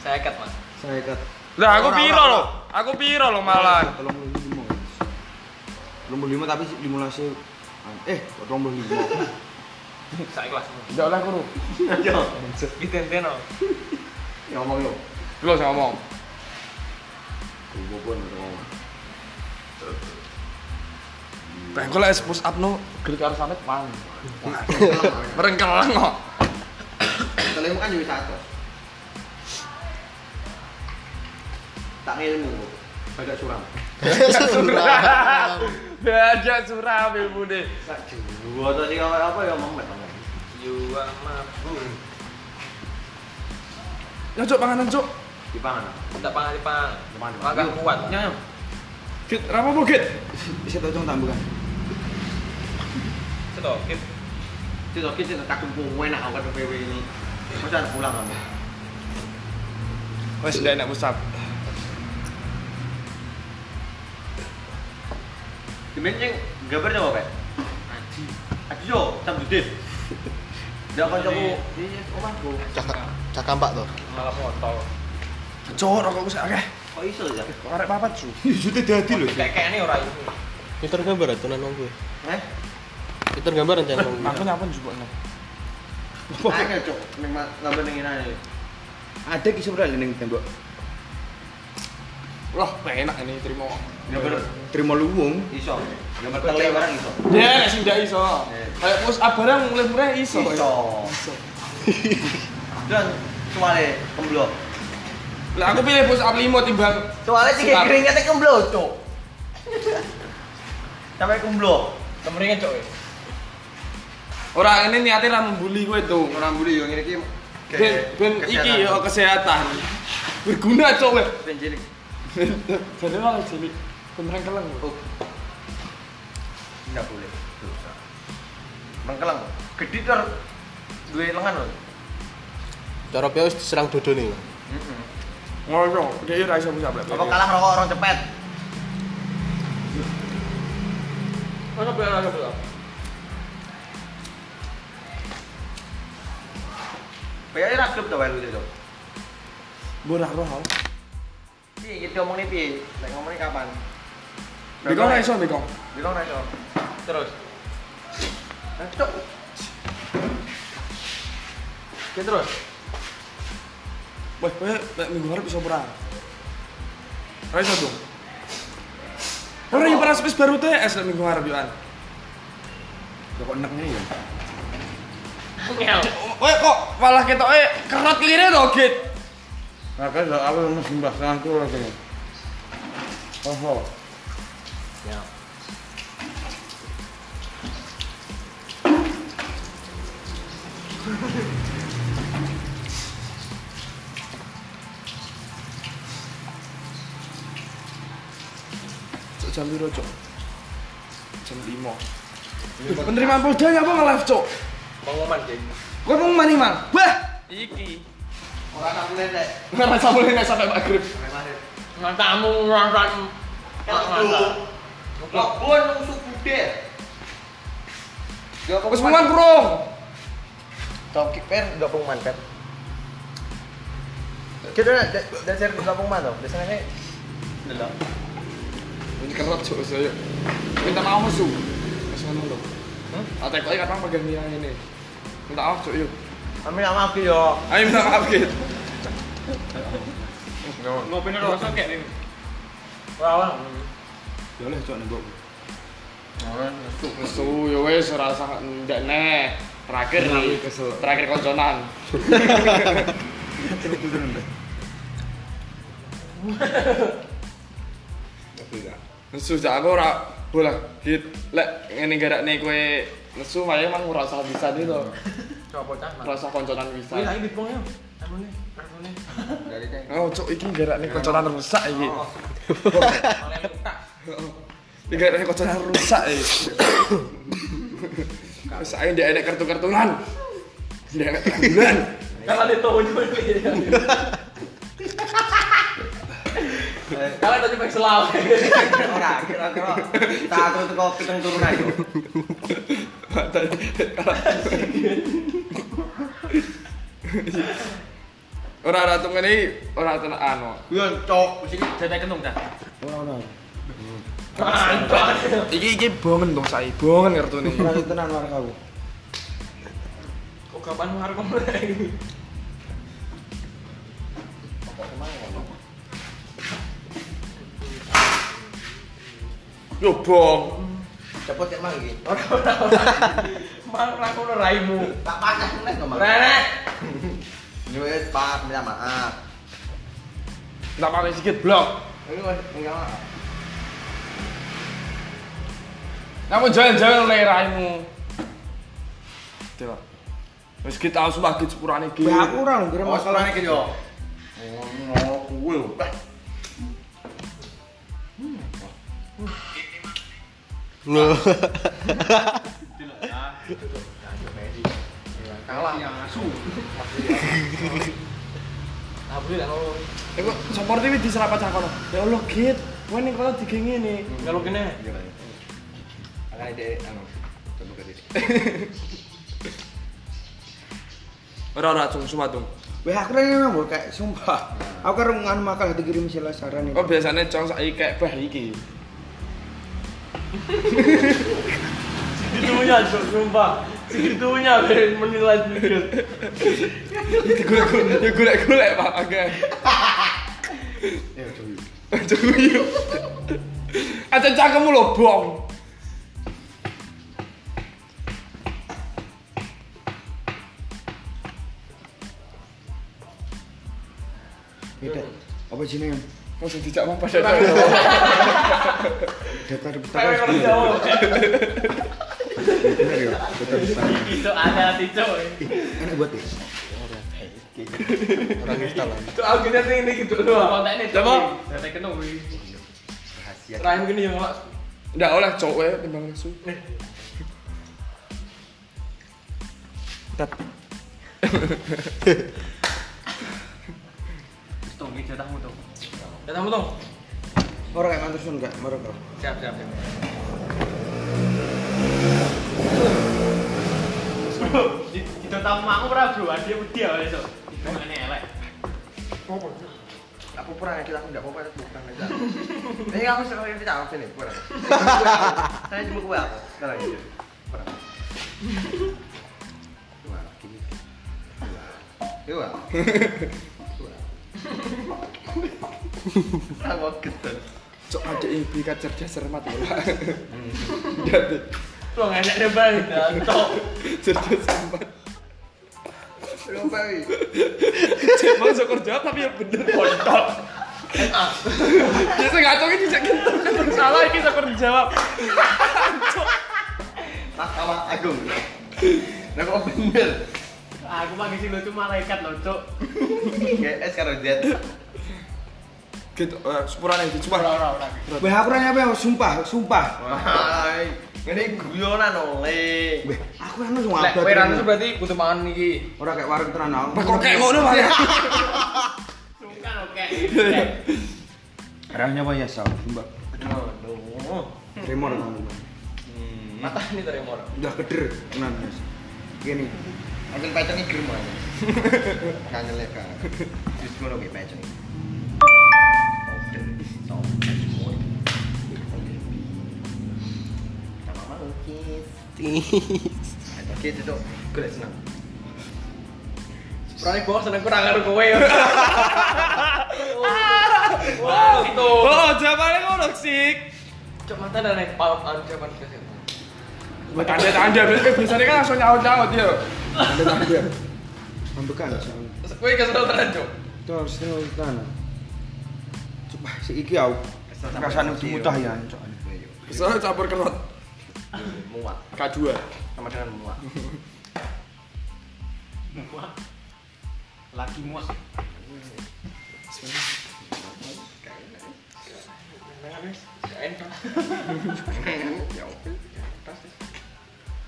C: Saya ikat mas.
E: saya ikat.
A: Lah aku piro lho? Aku piro lho malah.
E: 35. 35 tapi dimulasi eh 35.
C: Saya ikhlasmu.
A: Ya oleh kuru.
B: Yo.
C: Di tenten
B: Ya ngomong yo.
A: Lho sing ngomong.
E: Iya,
B: Gua pun ngomong.
A: Ben kok lek push up no gelik karo sampe mang. Merengkelang kok.
B: Telemu kan yo satu. Tak ilmu. Badak suram.
A: Suram. Bajak suram ibu deh.
B: Tak jua tadi kau apa ya ngomong banget.
C: Jualan mabuk.
A: Ya cuk panganan cuk.
B: Di pangan. apa?
C: Tidak pangan di pangan.
B: Depan, depan.
C: Agak
B: Yuk.
C: kuat. Nyam.
A: Git, apa bu git?
E: Bisa tocong tambukan.
C: Cetok. Kit.
B: Cito kita tak kumpul enak aku ke PW ini. Kau jangan pulang kamu.
A: Wes ndak enak push up.
B: Dimencing gambar coba pak. Aji. Aji yo, jam dudit. Dia akan coba. Iya, omah bu.
D: Cakak cakak mbak tuh.
C: Malah motor.
A: Cuk, rokok wis akeh.
B: Kok iso ya?
A: Kok arek papat cuk.
E: Jute dadi lho.
C: Kayak kayak ini orang ini.
D: Itu gambar tuh nang gue.
B: Eh?
D: Itu gambar rencana nang
A: Aku nyapun juga nih.
B: Ayo cok, memang gambar nengin aja.
E: Ada ki sebenarnya ning tembok.
A: Loh, enak ini terima.
E: Iya,
B: Gambar
E: Terima luwung.
B: iso. Gambar tele barang iso.
A: Ya, nek sing ndak iso.
B: Eh.
A: Kayak push up barang mulai-mulai iso. ya.
B: Iso. Dan soalnya kemblok.
A: Lah aku pilih push up limo timbang
B: Soalnya sih
A: Sikap.
B: keringetnya kemblok e cok. Sampai kemblok.
C: Temeringnya cok. ya.
A: Orang ini niatnya ra membuli kowe tuh.
B: Orang budi yang ini ki
A: Ben ben iki yo kesehatan. Berguna cok kowe.
B: Ben cilik.
A: Jadi lah cilik. Beneran keleng.
B: Oh. Enggak boleh. Dosa. Mengkelang. Gede ter duwe lengan loh.
D: Cara Pio wis diserang dodo nih.
B: Heeh.
C: Ngono, dia ora iso bisa blek.
B: Apa kalah rokok orang cepet?
C: Ono blek ora blek.
B: Kayaknya ra klub to wae lu itu.
A: Mbok ora roh.
B: Piye gitu ngomongnya piye? Lek ngomongnya kapan?
A: Beko ora iso beko.
B: Beko ora iso.
C: Terus.
B: Nah, cok.
C: Oke, terus.
A: Wah, kowe nek minggu harap iso ora? Ora iso tuh. Ora yang paras wis baru TS nek minggu harap yo an.
B: Kok enek nih ya?
C: Ngel.
A: Kowe kok malah ketoke kerot kene to, Git.
F: Maka gak aku yang sembah sangku rasanya. Apa?
A: Cok jam piro, Cok? Jam 5. Penerimaan Polda nyapa nge-live, Cok?
C: Pengumuman, Ki.
A: Kowe mau mani, Mang? Wah,
C: Iki.
B: Orang tak boleh deh.
A: ora sampe nek sampe magrib.
C: Matamu ngerasan.
B: Kebun nusuk bude. Ya
A: Wis mulan kurung.
E: Topik pen enggak pengumuman kan. Kita dah dah share enggak pengumuman tau. Biasanya ini
B: Delok.
A: Ini kerot, Cok, saya. Minta maaf musuh. Wis ngono lho. Hah? Ah, tekoke kadang pegang yang ini. Minta maaf, Cok, yuk.
E: kami sama aku yo.
A: Ayo minta maaf, Git.
C: Ngopine ora iso kene. Ora.
F: Ya oleh cok nembok.
A: Nesu, ya wis ora usah ndak neh. Terakhir nih, terakhir konsonan. Nesu jak aku ora boleh git lek ngene garakne kowe nesu wae emang ora usah bisa nih to.
C: Coba cah.
A: Ora usah konconan bisa.
C: Ini lagi bitpong ya. Amune, amune.
B: Dari teh.
A: Oh, cok iki garakne konconan rusak iki.
C: Oleh luka.
A: Iki garakne konconan rusak iki. Rusak iki ndek enek kartu-kartunan. Ndek enek tanggulan.
C: Kalau ditonjol iki. Kalau ditonjol back selawe.
B: Ora, kira-kira tak aku teko pitung turun ayo.
A: Ora ora tuh ngene ora tenan anu.
B: Gun cok, mesti jatah kentung dah.
C: Mantap.
A: Iki iki bongen dong saya, bongen kartune.
E: Terlalu tenan warga aku.
C: Kok kapan mau harus mulai?
A: Yo bong.
B: Cepet cek mang iki.
C: Mal lakono raimu.
B: Tak panah meneh to, Mang.
C: Nenek.
B: Nyuwes, Pak, minta maaf.
A: Tak pakai sikit blok.
B: Ini wes enggak maaf.
A: Namun jalan-jalan oleh raimu. Dewa. Wis kita langsung lagi sepurane iki.
E: Ya aku orang kira
B: Oh,
E: masalah
B: sekarang iki yo. Ngono kuwe lho. Bah,
D: Loh.
B: Kalah.
C: Aku tidak mau.
A: Eh kok support iki diserap pacak kono. Ya Allah, Git. Kowe ning kono digenge ngene.
C: Kalau kene.
B: Akan ide anu. Coba ke sini.
A: Ora ora cung sumat dong.
E: Wah aku rene nang kayak sumpah. Aku kan ngan makal hati kirim sila saran
A: Oh
E: itu.
A: biasanya cung saiki kayak bah iki.
C: Segitunya, Jok, sumpah. Segitunya ben menilai sendiri.
A: Digolek-golek, ya golek-golek Pak Angga. Ya cuyu. Ada cakemmu lho, bong.
E: Beda. Apa jenenge?
A: Mau sing dijak mau pada cowok.
E: Datar
C: Kayak
E: betara.
C: orang Jawa.
E: Iya, Bener ya. Iya, yo.
C: Itu ada hati cok.
B: Enak buat
E: ya?
B: deh.
D: orang instalan
C: Itu aku nyata ini gitu doang. Kontaknya cok.
A: Coba.
C: Saya kena wih.
B: Rahasia.
C: Rahim gini ya mak.
A: Nggak oleh cowok ya timbang nesu.
C: Tong, ini jatahmu tong. Jatahmu tong.
E: Orang kayak mantus enggak, orang kau.
C: Siap siap siap. Bro, itu tamu aku pernah bro, dia wedi ya besok. Itu mana elek.
B: Aku pernah kita aku enggak apa-apa aku bukan aja. Ini aku sering kita aku sini pernah. Saya cuma kue aku. Kalau gitu. Pernah. Dua gini. Dua. Dua. Aku gitu.
A: Cok ada impikat cerdas cermat ya. Jadi
C: Lo nggak ada banget, tong.
A: cerdas cermat.
B: Lupa wih.
A: Cek masuk kerja tapi ya bener kontol. Biasa ngacongnya dijak kentut kan salah ini saya kurang jawab.
B: Mahkamah Agung. Nah kok bener?
C: Aku mah ngisi lucu malaikat loh, cok.
B: GS karo Z.
A: Gitu, eh, sepurane itu cuma.
E: Wah, aku nanya apa ya? Sumpah, sumpah.
B: Wah, ini guyonan oleh.
E: Weh, aku yang langsung
C: Lek,
E: abad.
C: peran itu berarti butuh mangan iki.
E: Orang kayak warung tenan aku.
A: Kok kayak ngono Pak ya?
C: Sungkan oke.
E: Arahnya apa ya, Sal? Sumpah. Remor kamu. Bang.
C: Mata ini dari mor.
E: Udah keder tenan, Mas. Gini.
B: Anjing peceng iki gerem aja. Kanyele kan. Terus ngono ki peceng. Sama mau kis. Ada kis itu nah. gue senang.
C: Peran bos seneng kurang karo kowe ya. Wow, itu.
A: Oh, jawabannya ngono sih.
C: Cok mata dan naik palem anu jawaban kesehatan.
A: Tanda-tanda biasanya biasanya kan langsung nyaut-nyaut ya.
E: Ada tanda. Ambekan, Sal.
C: Terus kowe kesel tenan, cok.
E: Itu harus tinggal di tanah. Coba si iki aku. Perasaan itu mudah ya, Cok.
A: Soalnya campur kerot.
B: Iya, Muak.
A: K2.
B: Sama dengan muak.
C: Muak. Laki muak. Enak.
B: Ya oke.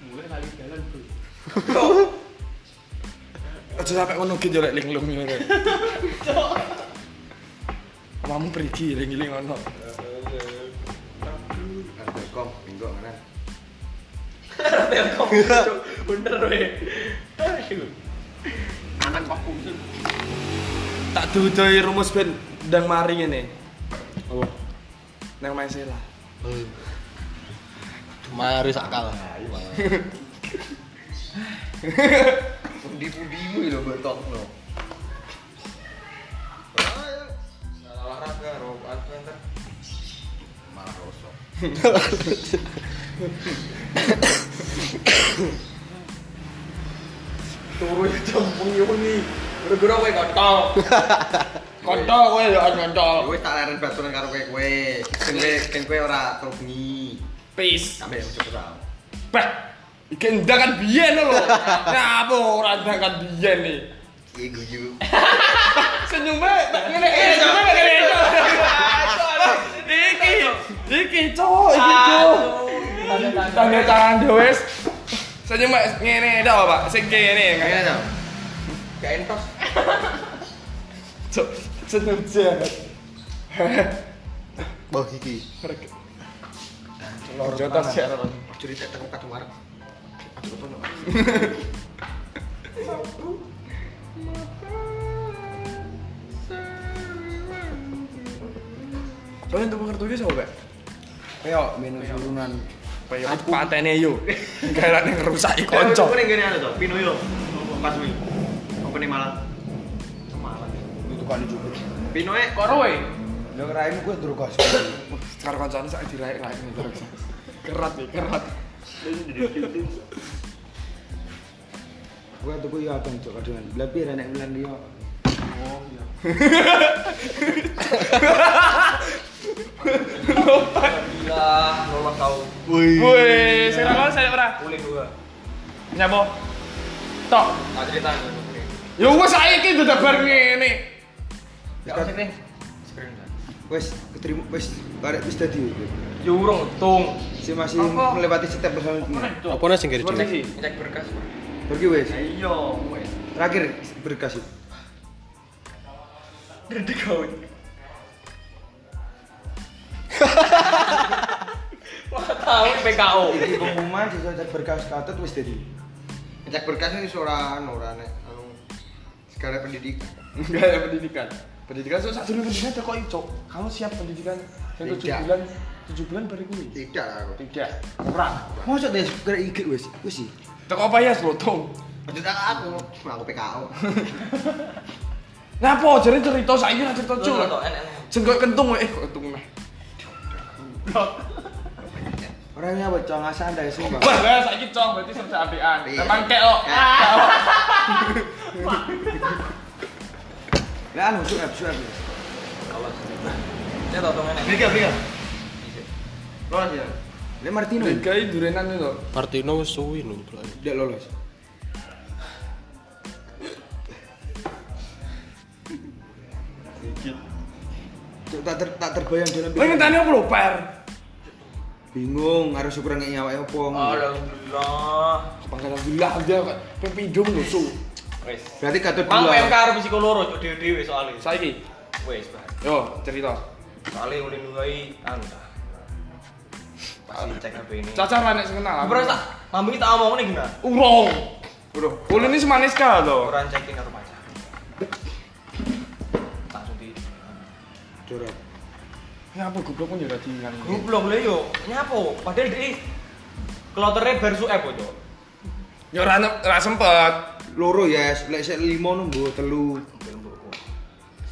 C: Mulai kali jalan, Bro.
A: Aja sampai ngono ki jolek linglung iya. ngene. Kamu pergi ling-ling ngono.
B: Ada kom minggu mana?
C: Telkom, Cok. Bener we. Aduh.
B: Anak kok kumsul.
A: Tak dudoi rumus ben ndang mari ngene. Oh. Nang mesela.
D: cuma harus akal
B: Pundi-pundimu lho betok lho.
E: Olahraga, rokokan tuh
B: Malah rosok.
C: Turu ya, Cok. Muni-muni. Gara-gara kowe kontol.
A: Kontol kowe ya kontol.
B: Kowe tak leren baturan karo kowe kowe. Sing kowe sing kowe ora tau bengi.
A: Peace.
B: Sampai ujug ora.
A: Bah. Iki ndang kan biyen lho. Ya apa ora ndang kan biyen nih.
B: Iki guyu.
A: Senyumnya tak ngene ngene senyumnya tak ngene. Iki iki cowok iki cowok. tanda tangan dewes senyum mbak ngene dah pak sing ngene
B: Kayaknya tau.
C: Gak entos.
A: cok senyum jahat
D: bau gigi
A: jotos ya
B: Cerita tentang kadung arep. Aduh apa no?
A: soalnya untuk kartu ini siapa pak
E: Kayak menu turunan.
A: Payo patene yo gara ning rusak i konco
B: Kowe ngene anu to, Pinoyo. Pas kuwi. Apa ning Malang? Malang.
E: Itu kan cukup.
B: Pinoe kok
C: Koro we.
E: Lo ngerain gue durkos.
A: karo koncone sak diraek-raek ning terus kerat nih kerat
E: Gue tuh gue ya abang Cok kadungan. Lebih ada nek bulan dia.
C: Gila, lolos kau.
A: woi sing ora saya ora
C: Kulit gua.
A: Nyapa? Tok.
B: Tak cerita nih.
A: Ya wes saiki dadak bar ngene.
B: Ya apa sih nih? Screen time.
E: Wes, keterima wes karek wis dadi.
C: Yurung, tung.
E: Si masih
C: Apa?
E: melewati step personal.
D: Apa nih sing gak diculik?
A: Seperti sih.
B: Ngecek berkas. Bro.
E: Pergi wes.
C: Iya, wes.
E: Terakhir berkas itu.
C: Gede kau. Wah, tahu PKO.
E: Iki pengumuman sisa cek berkas katut wis dadi.
B: Ngecek berkas ini seorang orang nih. Anu, segala pendidikan.
A: Enggak ada pendidikan. Pendidikan so sadurunge pendidikan ada kok Cok. Kamu siap pendidikan yang 7
B: Tidak.
A: bulan 7 bulan bari kuwi.
B: Tidak lah aku.
A: Tidak. Ora.
E: Mosok deh kira IG wes. Wis sih.
A: Teko apa ya slotung.
B: Lanjut aku. Cuma aku PKO.
A: Ngapa jare cerita saiki ra cerita
C: Tuh,
A: Cok. Jenggok kentung eh kok kentung meh.
E: Orangnya apa cong asal anda sih bang.
A: Wah, lah saiki Cok berarti serta apian.
B: Iya.
A: Emang kek kok.
E: Lah anu suap suap. Wes.
C: Saya tahu temennya.
B: Ini gak beliau. Lolos ya.
E: Lah Martino
A: Liga durenan itu lho.
D: Martino wis suwi lho. bro.
E: tidak lolos. Cuk, tak ter, tak terbayang dalam
A: Lah
E: pikiran.
A: ngenteni opo lho, Par?
E: Bingung harus syukur ngek nyawa apa.
C: Alhamdulillah.
A: Kebanggaan alhamdulillah dia kok pepidum lho, Cok.
C: Wes.
E: Berarti katut
C: Mang PMK
E: dua.
C: harus bisa koloro, cok dewe-dewe soalnya.
A: Saiki.
C: Wes, Pak.
A: Yo, cerita.
C: Soalnya ulin duai anu. dah. Pasti cek HP ini.
A: Cacar lah nek sing kenal.
C: Bro, tak lambung kita omong nih gimana?
A: Urung.
C: Bro,
A: Ulin ini semanis ka lho.
C: orang cekin ke rumah pacar. Langsung di
E: Jorok.
A: Ya apa goblok pun ya udah diingat.
C: Goblok lho yo. Nyapo? Padahal dhek kloternya eh, bar suep kok, Cok.
A: Ya ora ne- ora sempet.
E: Loro yes, lek sik limo nunggu telu.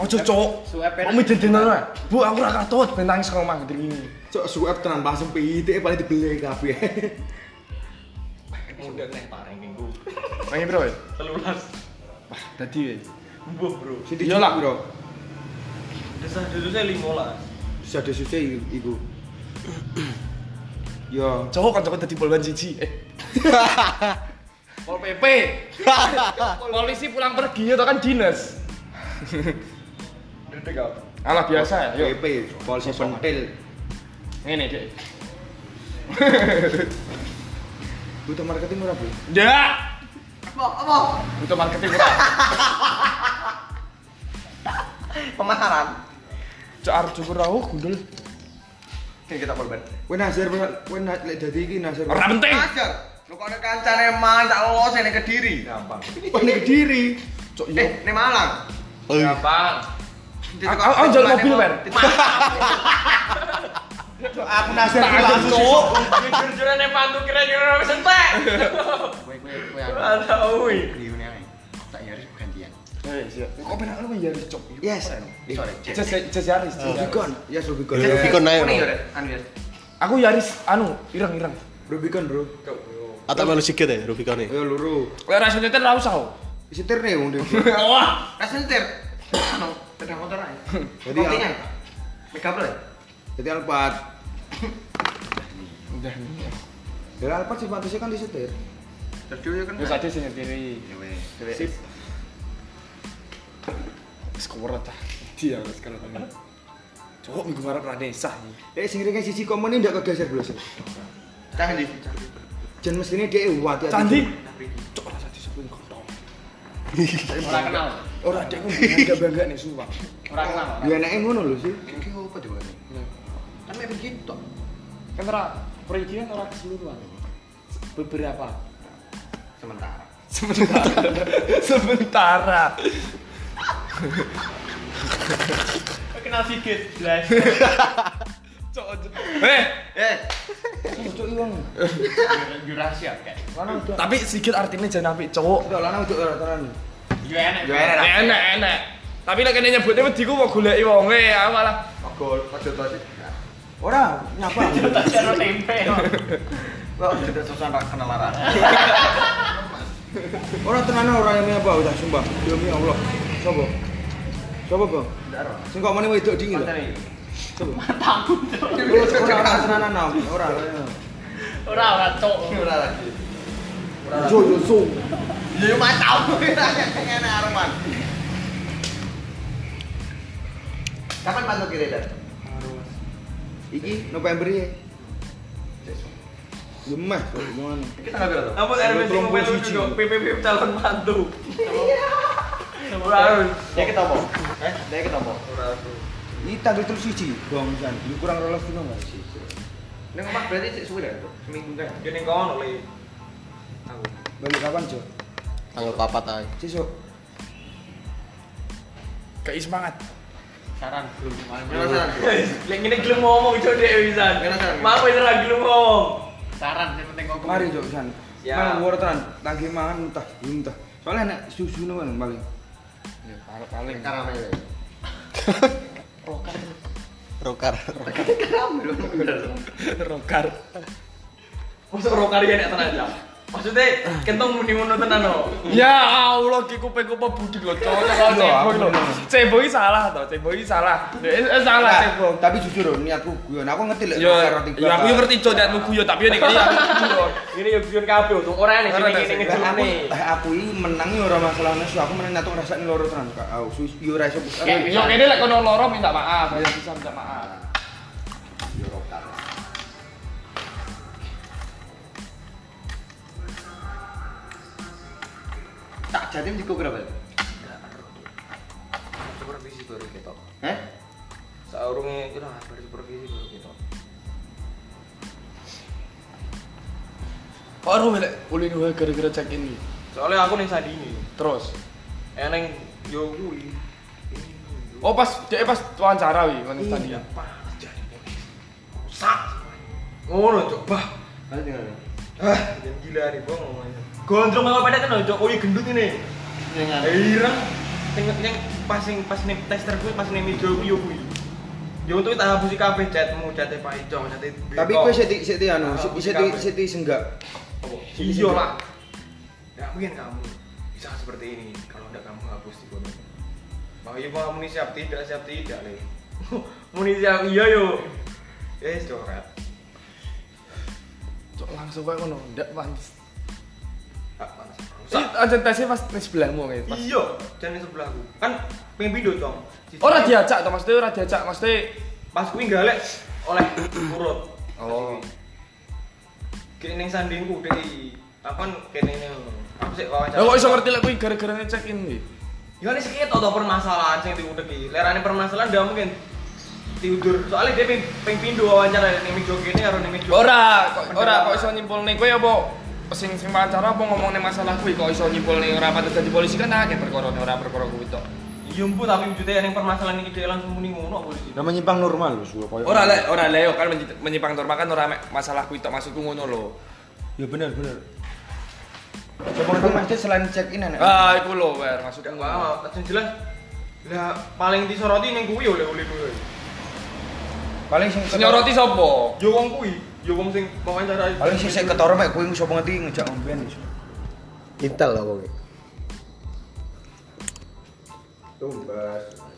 A: Ojo cok.
B: Suepen.
A: Kamu jadi nana. Bu aku ora katut ben nangis karo mang gede ini.
E: Cok suap tenan pasem pitik paling dibelek kabeh.
C: Mundur nih pareng minggu.
A: Pengen bro. ya?
C: Telulas.
A: Dadi weh.
C: Mbuh, Bro.
E: Sing
A: Iya lah.
E: dijual, Bro.
C: Desah-desahnya 15.
E: Susah desusah iku. Ya. Yo,
A: Cowok kan cowok dadi polwan siji. Eh. Pol PP. Polisi pulang pergi ya kan dinas.
C: Dedek kau.
A: Alah biasa ya. Yo.
E: PP polisi pentil.
A: Ngene dek.
E: Butuh marketing ora, Bu?
A: Ndak.
B: Apa? Apa?
A: Butuh marketing ora.
B: Pemaharan.
A: Cok arep cukur aku gundul.
B: Ini kita polben.
E: Kowe nazar, kowe na- lek dadi iki nazar.
A: Ora penting.
B: Ajar. Lu kok ada kancane man tak lolos ini ke diri. Gampang.
E: Wah, ning Kediri.
A: Cok
B: Eh,
A: yo.
B: ini Malang.
C: Gampang.
A: Aku- aku- aku jalan mobil, Wer.
E: Aku nazar
A: Tak ada
E: langsung.
A: cok.
C: Jujur-jujuran yang pantu kira-kira wis entek.
B: Gue gue gue
C: Ada ui.
B: Riune ae. Tak nyaris gantian.
A: Eh, siap. Kok penak lu ya cok.
E: Yes.
B: Sorry.
A: Jas jas Yaris. jas Yaris.
E: Rubicon. Yes,
A: Iya,
E: Rubicon.
D: Yes. Rubicon naik,
B: Kuning,
D: Bro.
B: Wer. Anu ya.
A: Aku Yaris anu ireng-ireng.
E: Iya. Rubicon, Bro.
D: Atau melu sikit ya Rubicone.
E: Ayo loro.
A: Lek ra nyetir ra usah. kok.
E: Setir nih wong dhewe.
A: Wah.
B: Nah, sentir. Anu, Sepeda motor ae.
E: Jadi,
B: Kontingan. Megable.
E: Jadi Alphard.
A: Udah nih.
E: Dari Alphard sih pantasnya kan disetir.
B: Terus dulu kan.
A: Ya tadi sing nyetiri.
B: Sip.
A: Wis keweret ah. Dia wis kalau ngene. Cok minggu ngarep ra desah iki.
E: Eh, sing ringan sisi komen ini ndak kegeser blas.
B: Candi.
E: Jan mestine dia wati
A: Candi. Cok ora tadi sepuh kontong.
C: Ora kenal.
A: Ora dek ku enggak bangga nih sumpah.
C: Ora kenal.
E: Ya enake ngono lho sih.
B: Ki opo coba? Kan mek begitu.
A: Kan ora perikian ora keseluruhan. Beberapa.
B: Sementara.
A: Sementara. Sementara.
C: Kenal sikit, jelas.
A: Cok. ojo. Eh,
B: Eh,
E: Cocok iwang.
B: jurasia kayak.
E: Lanang udah.
A: tapi sikit artinya jangan apik cowok.
E: Udah lanang udah rataran.
C: Yo enak.
B: Yo enak.
A: Enak enak. Tapi lek kene nyebutnya wedi ku kok goleki wonge aku malah
B: Gol, pada tadi.
E: Ora nyapa.
C: Karo tempe.
B: Lo tidak susah tak kenal arah.
E: Ora tenan ora yang apa udah sumpah. Demi Allah. Sopo? Sopo, Bang? Sing kok meneh wedok dingin lho. Sopo? Ora ora tenanan ora.
C: Ora ora cok.
B: Ora lagi.
E: Yo yo so.
B: Ya yo matau kowe ra ngene aruman. Kapan pantuk kira dar?
E: Iki November ya. Lemah kok gimana?
B: Kita nggak berapa?
C: Apa RMS
E: Belum
C: Mobile
E: posisi.
C: juga PPP calon mantu. Ora.
B: Ya kita mau. Eh, ya kita mau.
E: Ini tanggal terus siji dong San. Ini kurang rolas dino nggak sih?
B: Ini ngomong berarti sik suwe dar. Seminggu kan.
C: Gini kono le.
E: Balik kapan Jo?
D: Tanggal papat aja.
E: Sesuk.
A: Kayak semangat.
B: Saran belum. Mana saran?
C: Lek ngene gelem ngomong cok dek pisan.
B: Kenapa?
C: Maaf ini ra gelem ngomong.
B: Saran yang penting ngomong.
E: Mari Jo San.
C: Ya.
E: Mang war tenan, lagi mangan entah, entah. Soalnya nek susu nih paling paling.
A: Ya, paling paling.
B: Karamel.
D: Rokar.
B: Karamel. Bener.
A: Rokar.
C: Masuk ro karya nek tenan aja. Maksudnya kentong muni ngono tenan oh. no.
A: Ya Allah, ki kupeng kupeng budi lo cowok kalau
E: Iya,
A: ceboi lo.
E: bener.
A: Ceboi salah toh, ceboi salah. Eh, eh, salah
E: Nah,
A: ceboi.
E: Tapi jujur loh, niatku guyon. Aku ngerti lek
A: Yo,
E: rokar roti
A: yo aku
E: bakar.
A: ngerti cowok dan guyon tapi yo nek iki aku guyon.
C: Ini yo guyon kabeh untuk ora nih
A: Ora, ora,
C: sing ngene
E: Lah, aku
C: ngejone.
E: lah, aku ini menang ya ora masalah nesu. Aku menang natuk ngrasakne loro tenan Kak. Aku suwi yo ora iso putar.
A: Ya, Yo kene lek kono loro minta maaf, ya bisa minta maaf.
B: Tak jatim di kok berapa?
C: Supervisi baru ketok.
B: Hah?
C: Saurunge ora baru supervisi baru ketok.
A: Kok ora melek ulin wae gara-gara check in iki.
C: Soalnya aku ning Sandini.
A: Terus.
C: Eh ning yo kuwi.
A: Oh pas dia pas wawancara wi manis tadi.
C: Iya, Pak. Jadi ini. Rusak. Ngono cok, bah.
B: Mana tinggal nih?
C: Hah, jangan gila nih gua ngomongnya. Gondrong malah pada kan cok, oh iya gendut ini. Eh,
B: Dengan.
C: Ireng. Sing sing pas sing pas nih tester kuwi pas nih video kuwi yo kuwi. Yo iya. Ya, untuk tak hapusi kabeh chatmu, chatnya Pak Ico, chatnya
E: Tapi
C: Beko.
E: kowe siti siti anu,
C: Aku
E: siti
C: sih
E: siti
C: kabeh.
E: siti senggak.
C: Apa? Iya lah. Tidak mungkin kamu bisa seperti ini kalau tidak kamu hapus di konten. Bahwa ibu kamu ini siap tidak siap tidak nih. Muni siap iya yo. Eh coret.
A: Cok langsung kayak ngono, ndak pantes.
C: Tak panas.
A: Ih,
C: Rusak.
A: aja tesnya pas di sebelahmu kayak pas.
C: Iya. Jangan sebelahku. Kan pengen pindo cong. Sisi-
A: Ora diajak toh maksudnya ora diajak maksudnya
C: Pas kuwi galek oleh urut.
A: Oh.
C: Kayak neng sandingku deh. Aku kan kene ngono. Aku sik wawancara.
A: Ya kok iso ngerti lek kuwi gara-gara check in iki.
C: Ya ini sih tau permasalahan sing diudeki. Lerane permasalahan ndak mungkin tidur. Soalnya dia ping ping pindu wawancara ning Mijo kene karo ning Mijo.
A: Ora, kok- ora kok iso nyimpulne kowe apa sing sing wawancara apa ngomongin masalah kuwi kok iso nyimpulne ora patut dadi polisi kan akeh perkara ora perkara kuwi tok.
C: Iya mpu tapi wujudnya ning permasalahan iki dhewe langsung muni ngono apa
A: Iya.
C: sih.
E: Namanya bang normal lho suwe koyo.
A: Ora lek ora lek yo kan menyi- menyimpang norma kan ora mek masalah kuwi tok maksudku ngono lho.
E: Ya bener bener. Coba kan masjid selain check in enak.
A: Ah iku lho wer maksudku.
C: Gak
A: ngono.
C: paham, sing jelas lah paling disoroti ning kuwi oleh oleh kuwi.
E: Paling sing
A: Sing nyoroti sapa?
C: Yo wong kuwi, yo wong sing wawancara.
E: Paling sing sik ketara mek kowe iso ngerti ngejak omben.
D: Intel lah pokoknya.
B: Tumbas.